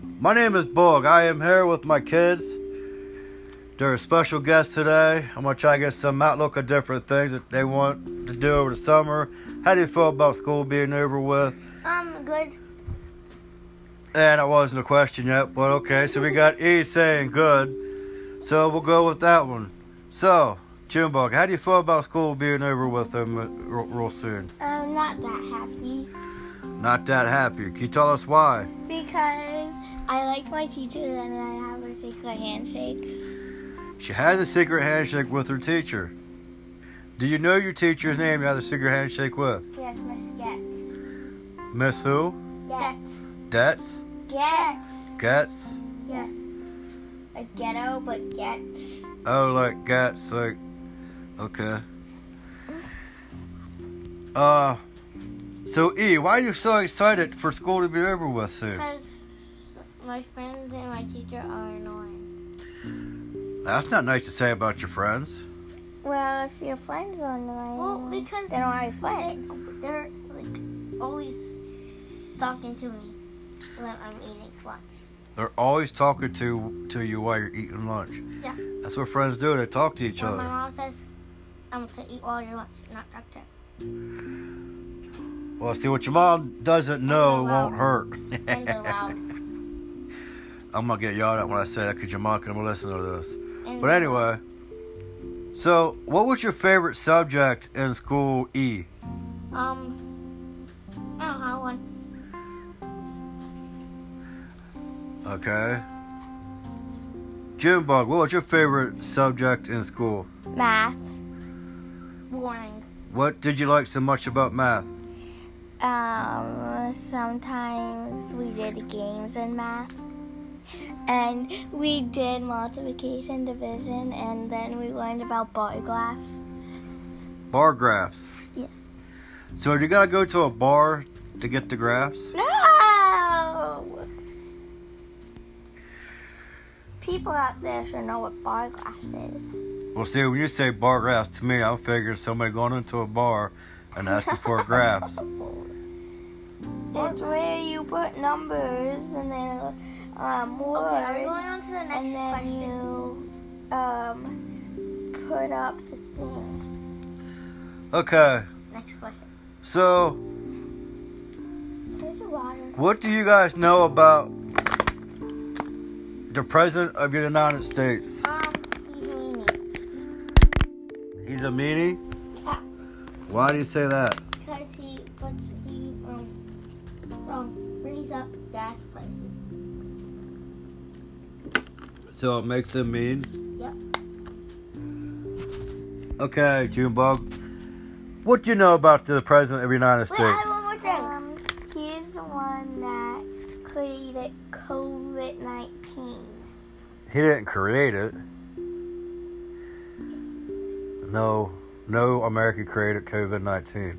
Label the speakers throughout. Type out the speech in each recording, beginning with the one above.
Speaker 1: My name is Bog. I am here with my kids. They're a special guest today. I'm gonna try to get some outlook of different things that they want to do over the summer. How do you feel about school being over with?
Speaker 2: Um, good.
Speaker 1: And it wasn't a question yet, but okay. So we got E saying good. So we'll go with that one. So, Junebug, how do you feel about school being over with them uh, real real soon?
Speaker 2: I'm not that happy
Speaker 1: Not that happy. Can you tell us why?
Speaker 2: because I like my teacher and I have a secret handshake.
Speaker 1: She has a secret handshake with her teacher. Do you know your teacher's name you have the secret handshake with?
Speaker 2: Yes, Miss Gets.
Speaker 1: Miss who?
Speaker 2: Gets.
Speaker 1: Debts?
Speaker 2: Gets.
Speaker 1: Gets?
Speaker 2: Yes. A ghetto, but gets.
Speaker 1: Oh, like Gets, like. Okay. Uh. So, E, why are you so excited for school to be over with soon?
Speaker 2: Because my friends and my teacher are annoying.
Speaker 1: That's not nice to say about your friends.
Speaker 2: Well, if your friends are annoying,
Speaker 3: Well, because
Speaker 2: they don't have friends.
Speaker 3: They're like always talking to me when I'm eating lunch.
Speaker 1: They're always talking to to you while you're eating lunch.
Speaker 3: Yeah.
Speaker 1: That's what friends do. They talk to each
Speaker 3: When my
Speaker 1: other.
Speaker 3: mom says, "I'm gonna eat all your lunch, not talk to." her."
Speaker 1: Well, see what your mom doesn't know
Speaker 3: they're
Speaker 1: won't hurt.
Speaker 3: And they're loud.
Speaker 1: I'm gonna get yelled at when I say that because your mom can listen to this.
Speaker 3: And
Speaker 1: But anyway, so what was your favorite subject in school? E.
Speaker 3: um, I don't have one.
Speaker 1: Okay. Junebug, what was your favorite subject in school?
Speaker 2: Math.
Speaker 3: Boring.
Speaker 1: What did you like so much about math?
Speaker 2: Um, sometimes we did games in math. And we did multiplication, division, and then we learned about bar graphs.
Speaker 1: Bar graphs.
Speaker 2: Yes.
Speaker 1: So you gotta go to a bar to get the graphs.
Speaker 2: No! People out there should know what bar graphs is.
Speaker 1: Well, see, when you say bar graphs to me, I'm figuring somebody going into a bar and asking for graphs.
Speaker 2: It's where you put numbers and then um,
Speaker 3: Okay,
Speaker 2: words.
Speaker 3: are we going on to the next
Speaker 2: and then
Speaker 3: question?
Speaker 2: you um, put up the thing.
Speaker 1: Okay,
Speaker 3: Next question.
Speaker 1: so
Speaker 2: Here's your water.
Speaker 1: What do you guys know about the President of the United States?
Speaker 3: Um, he's meanie
Speaker 1: He's a meanie?
Speaker 3: Yeah.
Speaker 1: Why do you say that?
Speaker 3: because he puts he um um brings up gas prices.
Speaker 1: So it makes him mean?
Speaker 3: Yep.
Speaker 1: Okay, Junebug. What do you know about the President of the United
Speaker 3: Wait, I
Speaker 1: States?
Speaker 3: have one more thing.
Speaker 2: Um, he's the one that created COVID 19.
Speaker 1: He didn't create it. No, no America created COVID 19.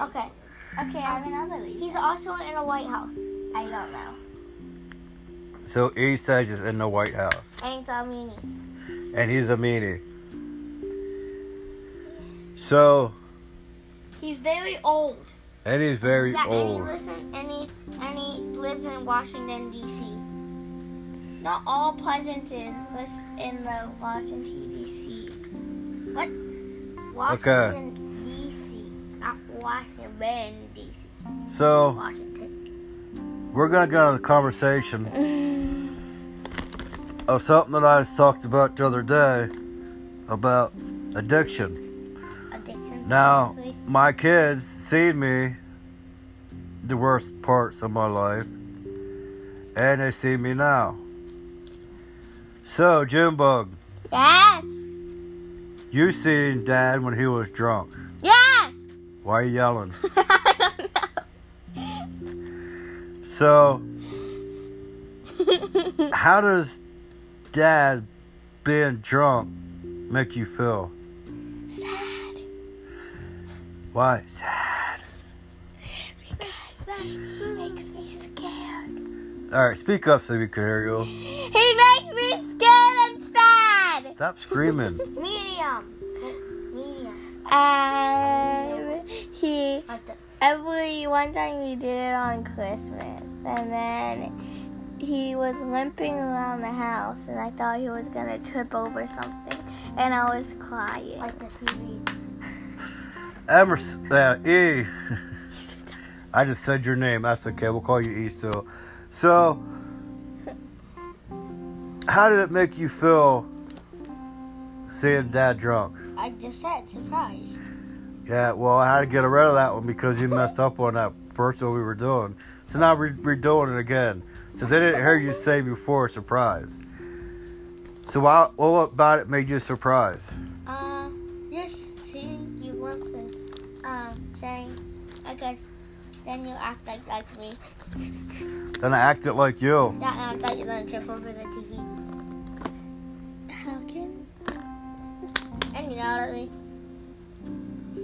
Speaker 3: Okay.
Speaker 2: Okay, I have another leaf.
Speaker 3: He's also in a White House. I don't know.
Speaker 1: So he says he's in the White House.
Speaker 3: And he's a meanie.
Speaker 1: And he's a meanie. So,
Speaker 3: He's very old.
Speaker 1: and he's very
Speaker 3: yeah,
Speaker 1: old.
Speaker 3: and he lives in and he, and he lives in Washington D.C. Not all presidents live in the Washington D.C. What? Washington D.C. Not Washington D.C.
Speaker 1: So
Speaker 3: Washington.
Speaker 1: we're gonna go on a conversation of something that I talked about the other day about addiction.
Speaker 3: Addiction.
Speaker 1: Now
Speaker 3: seriously.
Speaker 1: my kids seen me the worst parts of my life, and they see me now. So Junebug,
Speaker 2: Yes!
Speaker 1: you seen Dad when he was drunk.
Speaker 2: Yes!
Speaker 1: Why are you yelling?
Speaker 2: I don't
Speaker 1: So
Speaker 2: know.
Speaker 1: how does Dad being drunk make you feel?
Speaker 2: Sad.
Speaker 1: Why? Sad.
Speaker 2: Because he makes me scared.
Speaker 1: All right, speak up so we can hear you.
Speaker 2: He makes me scared and sad.
Speaker 1: Stop screaming.
Speaker 3: medium. Medium.
Speaker 2: Um, he
Speaker 3: Like the
Speaker 2: every one time we did it on Christmas, and then he was limping around the house, and I thought he was gonna trip over something, and I was crying.
Speaker 3: Like the TV.
Speaker 1: Emerson, uh, E. I just said your name. That's okay. We'll call you E still. So, how did it make you feel seeing Dad drunk?
Speaker 3: I just said surprise.
Speaker 1: Yeah, well, I had to get rid of that one because you messed up on that first one we were doing. So now we're redoing it again. So they didn't hear you say before surprise. So why, what about it made you surprised?
Speaker 3: Uh, just seeing you went from um saying because then you act like like me.
Speaker 1: Then I acted like you.
Speaker 3: That and I thought you were gonna trip over the TV.
Speaker 2: How can?
Speaker 3: And you yelled at me.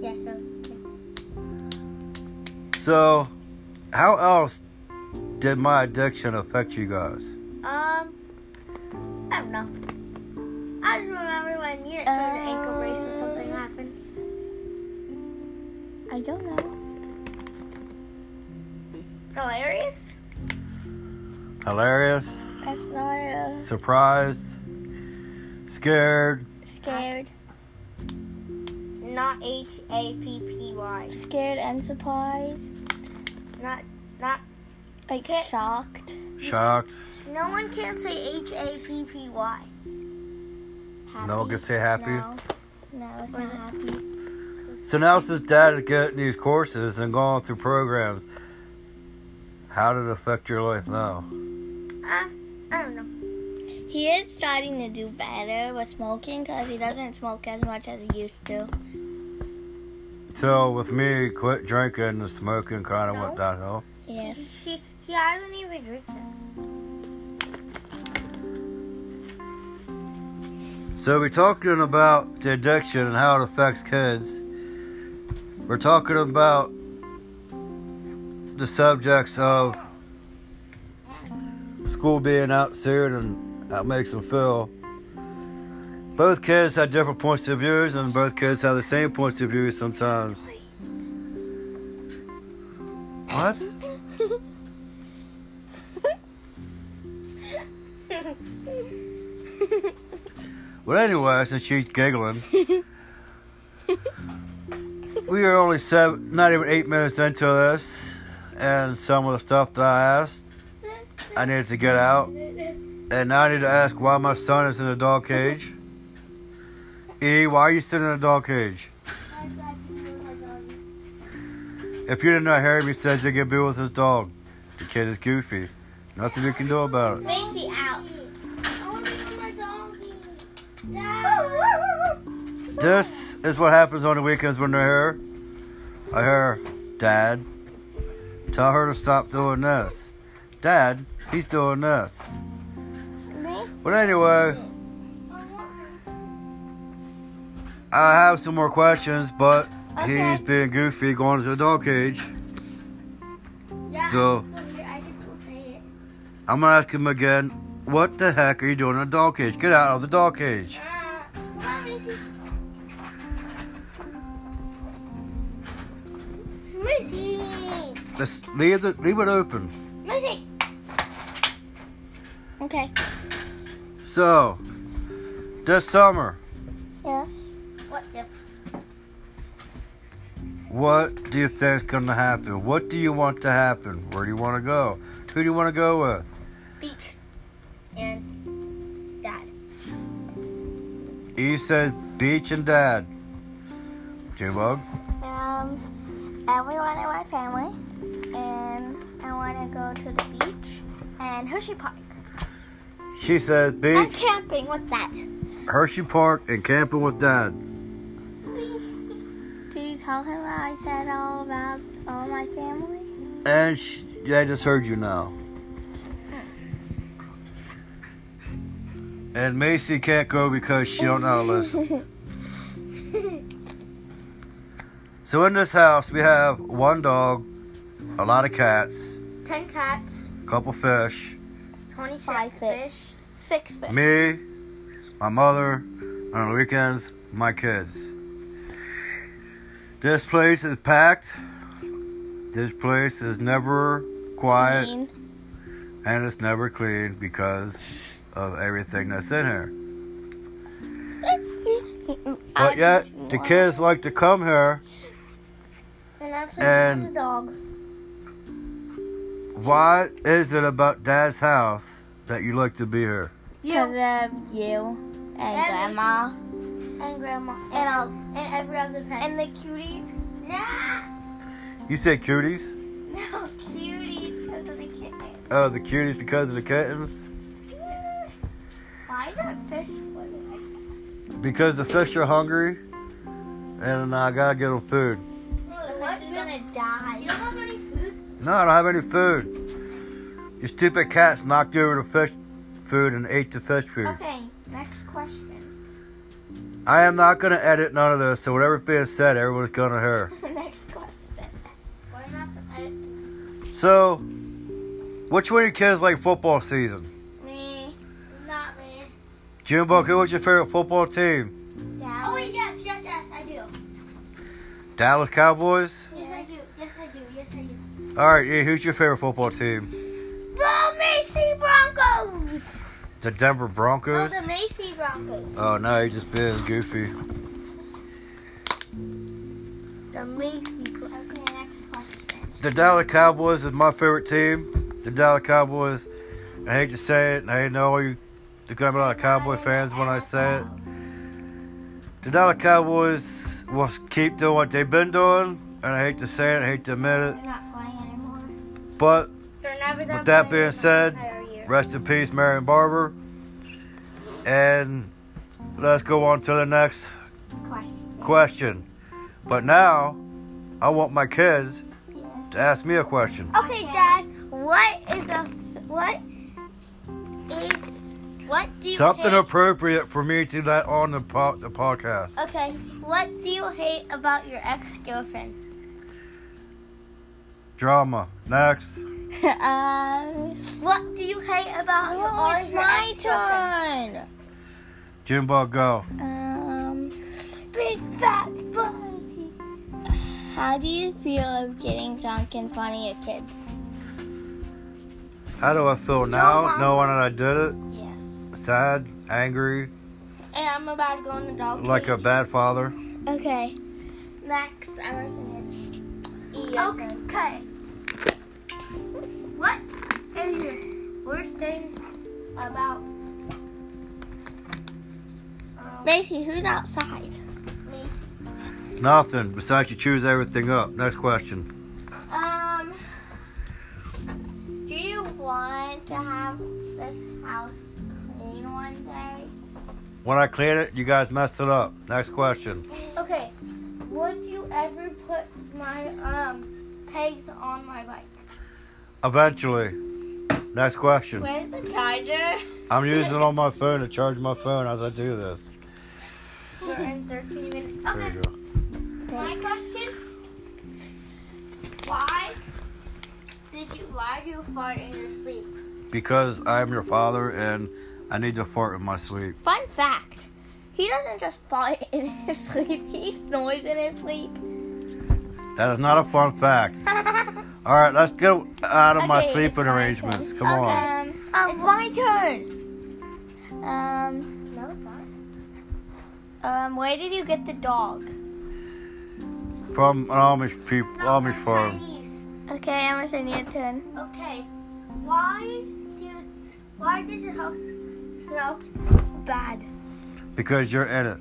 Speaker 3: Yeah, so
Speaker 1: So, how else did my addiction affect you guys?
Speaker 3: um I don't know. I just remember when you got an ankle brace and something happened.
Speaker 2: I don't know.
Speaker 3: Hilarious?
Speaker 1: Hilarious,
Speaker 2: That's not uh,
Speaker 1: surprised, scared,
Speaker 2: scared,
Speaker 3: Not H A P P Y.
Speaker 2: scared and surprised,
Speaker 3: Not not
Speaker 2: like shocked,
Speaker 1: shocked.
Speaker 3: no one can say H A P P Y.
Speaker 2: happy.
Speaker 1: No one can say happy.
Speaker 2: No, no, it's not happy.
Speaker 1: So now since Dad is getting these courses and going through programs, how did it affect your life now?
Speaker 3: Uh, I don't know.
Speaker 2: He is starting to do better with smoking because he doesn't smoke as much as he used to.
Speaker 1: So with me, quit drinking and smoking kind of went downhill.
Speaker 2: Yes.
Speaker 3: She she I don't even drink that.
Speaker 1: So we're talking about the addiction and how it affects kids. We're talking about the subjects of school being out soon and how it makes them feel. Both kids had different points of views and both kids have the same points of views sometimes. What? Well, anyway, since she's giggling, we are only seven, not even eight minutes into this, and some of the stuff that I asked, I needed to get out, and now I need to ask why my son is in a dog cage. E, why are you sitting in a dog cage? If you didn't know, Harry B says you can be with his dog. The kid is goofy. Nothing you can do about it.
Speaker 3: Macy out.
Speaker 1: This is what happens on the weekends when they're here. I hear, Dad, tell her to stop doing this. Dad, he's doing this. But anyway, I have some more questions, but he's being goofy going to the dog cage. So-
Speaker 3: I can still say it.
Speaker 1: I'm gonna ask him again, what the heck are you doing in a dog cage? Get out of the dog cage.
Speaker 3: Uh, come on, Macy. Macy.
Speaker 1: Just leave, the, leave it open.
Speaker 3: Macy.
Speaker 2: Okay.
Speaker 1: So, this summer,
Speaker 2: Yes.
Speaker 3: What the?
Speaker 1: What do you think's gonna happen? What do you want to happen? Where do you want to go? Who do you want to go with?
Speaker 3: Beach. And dad.
Speaker 1: E says beach and dad. J-Bug?
Speaker 2: Um, everyone in my family, and I want to go to the beach and Hershey Park.
Speaker 1: She says
Speaker 2: And
Speaker 1: beach,
Speaker 2: camping. What's that?
Speaker 1: Hershey Park, and camping with dad.
Speaker 2: Did you tell him what
Speaker 3: uh,
Speaker 2: I said all about all my family?
Speaker 1: And sh I just heard you now. And Macy can't go because she don't know how to listen. so in this house, we have one dog, a lot of cats,
Speaker 3: Ten cats.
Speaker 1: couple fish,
Speaker 2: Five
Speaker 3: Twenty-five
Speaker 2: fish.
Speaker 3: fish.
Speaker 2: Six fish.
Speaker 1: me, my mother, and on the weekends, my kids. This place is packed. This place is never quiet.
Speaker 2: Mean.
Speaker 1: and it's never cleaned because of everything that's in here. But yet, the kids like to come here.
Speaker 3: And I'm sleeping
Speaker 1: And-
Speaker 3: with the dog.
Speaker 1: Why is it about Dad's house that you like to be here?
Speaker 2: Because of you and
Speaker 3: And
Speaker 2: Grandma.
Speaker 3: And grandma. And all. And every other pet. And the cuties. Nah.
Speaker 1: You said cuties?
Speaker 3: No, cuties because of the kitten.
Speaker 1: Oh, the cuties because of the kittens?
Speaker 3: Why is that fish floating like that?
Speaker 1: Because the fish are hungry, and I gotta get them food.
Speaker 3: No, the fish is gonna die. You don't have any food?
Speaker 1: No, I don't have any food. Your stupid cats knocked over the fish food and ate the fish food.
Speaker 3: Okay, next question.
Speaker 1: I am not gonna edit none of this, so whatever's being said, everyone's gonna hear.
Speaker 3: next question. We're not the
Speaker 1: So, which one of your kids like football season?
Speaker 3: Me. Uh, Not me.
Speaker 1: Jimbo, who was your favorite football team?
Speaker 3: Dad. Oh, wait, yes, yes, yes, I do.
Speaker 1: Dallas Cowboys?
Speaker 3: Yes, I do. Yes, I do. Yes, I do.
Speaker 1: Alright, E, who's your favorite football team?
Speaker 3: The Macy Broncos.
Speaker 1: The Denver
Speaker 3: Oh,
Speaker 1: Broncos?
Speaker 3: the Macy Broncos.
Speaker 1: Oh no, you're just being goofy.
Speaker 3: The Macy Broncos. Okay, next question.
Speaker 1: The Dallas Cowboys is my favorite team. The Dallas Cowboys, I hate to say it, and I know you, there's gonna be a lot of Cowboy fans when I say it. The Dallas Cowboys will keep doing what they've been doing, and I hate to say it, I hate to admit it,
Speaker 3: They're not playing anymore.
Speaker 1: but
Speaker 3: They're never done
Speaker 1: With that
Speaker 3: playing
Speaker 1: being
Speaker 3: in the
Speaker 1: said,
Speaker 3: entire year.
Speaker 1: Rest in peace, Marion Barber. And let's go on to the next
Speaker 3: question.
Speaker 1: question. But now, I want my kids to ask me a question.
Speaker 3: Okay, Dad. What is a what is what do you
Speaker 1: Something
Speaker 3: hate?
Speaker 1: appropriate for me to let on the, po- the podcast.
Speaker 3: okay, what do you hate about your ex-girlfriend?
Speaker 1: Drama. Next.
Speaker 2: um,
Speaker 3: What do you hate about your- all
Speaker 2: oh, it's
Speaker 3: your
Speaker 2: my
Speaker 3: ex-girlfriends?
Speaker 2: turn.
Speaker 1: Jimbo, go.
Speaker 2: Um,
Speaker 3: Big fat body.
Speaker 2: how do you feel of getting drunk in front of your kids?
Speaker 1: How do I feel now knowing that I did
Speaker 3: Yes.
Speaker 1: it? Sad, angry,
Speaker 3: And I'm about to go in the dog
Speaker 1: like a
Speaker 3: cage.
Speaker 1: bad father.
Speaker 2: Okay.
Speaker 3: Next, Emerson is Okay. What is your worst thing about um,
Speaker 2: Macy, who's outside?
Speaker 3: me?
Speaker 1: Nothing besides you choose everything up. Next question.
Speaker 3: Um, do you want to have this house clean one day?
Speaker 1: When I clean it, you guys messed it up. Next question.
Speaker 3: Okay. Would you ever put my um pegs on my bike?
Speaker 1: Eventually. Next question.
Speaker 3: Where's the charger?
Speaker 1: I'm using it on my phone to charge my phone as I do this.
Speaker 3: We're in 13 minutes.
Speaker 1: There
Speaker 3: Okay.
Speaker 1: you go.
Speaker 3: My question: Why did you? Why do you fart in your sleep?
Speaker 1: Because I'm your father and I need to fart in my sleep.
Speaker 2: Fun fact. He doesn't just fall in his sleep, he snores in his sleep.
Speaker 1: That is not a fun fact. All right, let's get out of my
Speaker 2: Okay, it's
Speaker 1: sleeping
Speaker 2: my
Speaker 1: arrangements. Come on.
Speaker 2: Um,
Speaker 3: Uh, Oh,
Speaker 2: it's my turn. Um,
Speaker 3: No, it's not.
Speaker 2: um, where did you get the dog?
Speaker 1: From an Amish people, Amish farm.
Speaker 3: Chinese.
Speaker 2: Okay, Emerson, your turn.
Speaker 3: Okay. Why do you, Why does your house smell bad?
Speaker 1: Because you're in it.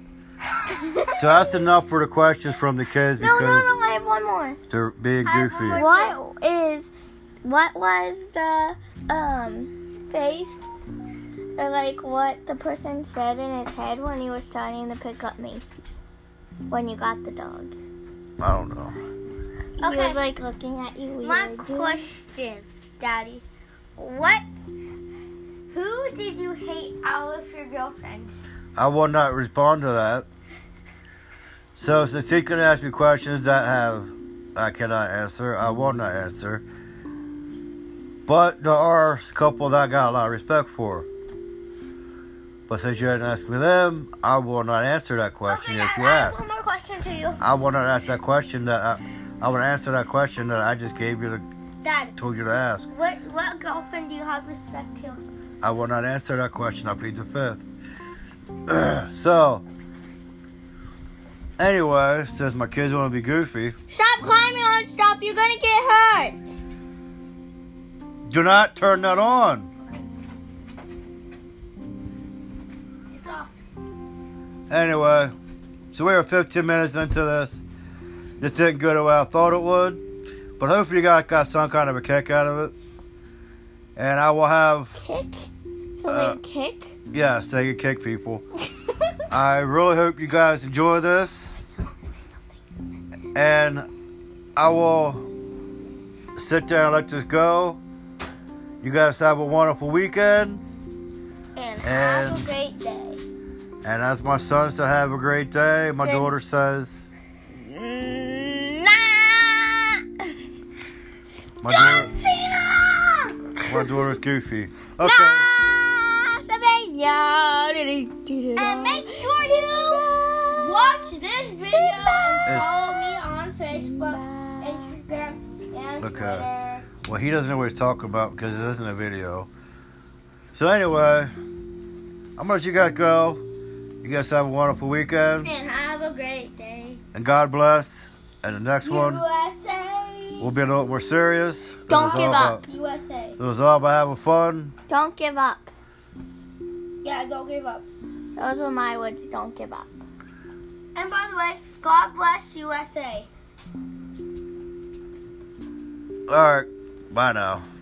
Speaker 1: So that's enough for the questions from the kids
Speaker 2: No, no,
Speaker 1: because
Speaker 2: no, I have one more.
Speaker 1: they're being
Speaker 3: I have
Speaker 1: goofy.
Speaker 3: one
Speaker 2: What is, what was the, um, face, or like what the person said in his head when he was starting to pick up Macy? When you got the dog.
Speaker 1: I don't know.
Speaker 2: He
Speaker 3: Okay.
Speaker 2: was like looking at you weird.
Speaker 3: My question, Daddy. What? Who did you hate out of your girlfriends?
Speaker 1: I will not respond to that. So since he can ask me questions that have I cannot answer, I will not answer. But there are a couple that I got a lot of respect for. But since you didn't ask me them, I will not answer that question if you
Speaker 3: I have
Speaker 1: ask.
Speaker 3: one more question to you.
Speaker 1: I will not ask that question that I, I would answer that question that I just gave you the
Speaker 3: Dad,
Speaker 1: Told you to ask.
Speaker 3: what what girlfriend do you have respect to?
Speaker 1: I will not answer that question. I plead the fifth. so, anyway, since my kids want to be goofy,
Speaker 2: Stop climbing on stuff. You're gonna get hurt.
Speaker 1: do not turn that on.
Speaker 3: It's off.
Speaker 1: Anyway, so we were 15 minutes into this. This didn't go the way I thought it would, but hopefully you guys got some kind of a kick out of it. And I will have,
Speaker 2: Kick? So
Speaker 1: Uh.
Speaker 2: like kick?
Speaker 1: yes, they can kick people. I really hope you guys enjoy this. And I will sit there and let this go. You guys have a wonderful weekend.
Speaker 3: And, have a
Speaker 1: And-
Speaker 3: great day.
Speaker 1: And as my son said, have a great day. My
Speaker 2: Okay.
Speaker 1: daughter says,
Speaker 2: Mm, nah.
Speaker 1: my, daughter,
Speaker 2: Cena.
Speaker 1: my daughter's goofy. Okay.
Speaker 3: And make sure you watch this video and
Speaker 1: Yes.
Speaker 3: follow me on Facebook, Instagram, and
Speaker 1: Okay.
Speaker 3: Twitter.
Speaker 1: uh, Well, he doesn't know what he's talking about because it isn't a video. So, anyway, I'm going to let you guys go. You guys have a wonderful weekend.
Speaker 3: And have a great day.
Speaker 1: And God bless. And the next one.
Speaker 3: USA.
Speaker 1: We'll be a little more serious. It
Speaker 2: Don't
Speaker 1: was
Speaker 2: give
Speaker 1: all
Speaker 2: up.
Speaker 1: about-
Speaker 3: USA.
Speaker 1: it was all about having fun.
Speaker 2: Don't give up.
Speaker 3: Yeah, don't give up.
Speaker 2: Those were my words. Don't give up.
Speaker 3: And by the way, God bless USA.
Speaker 1: All right. Bye now.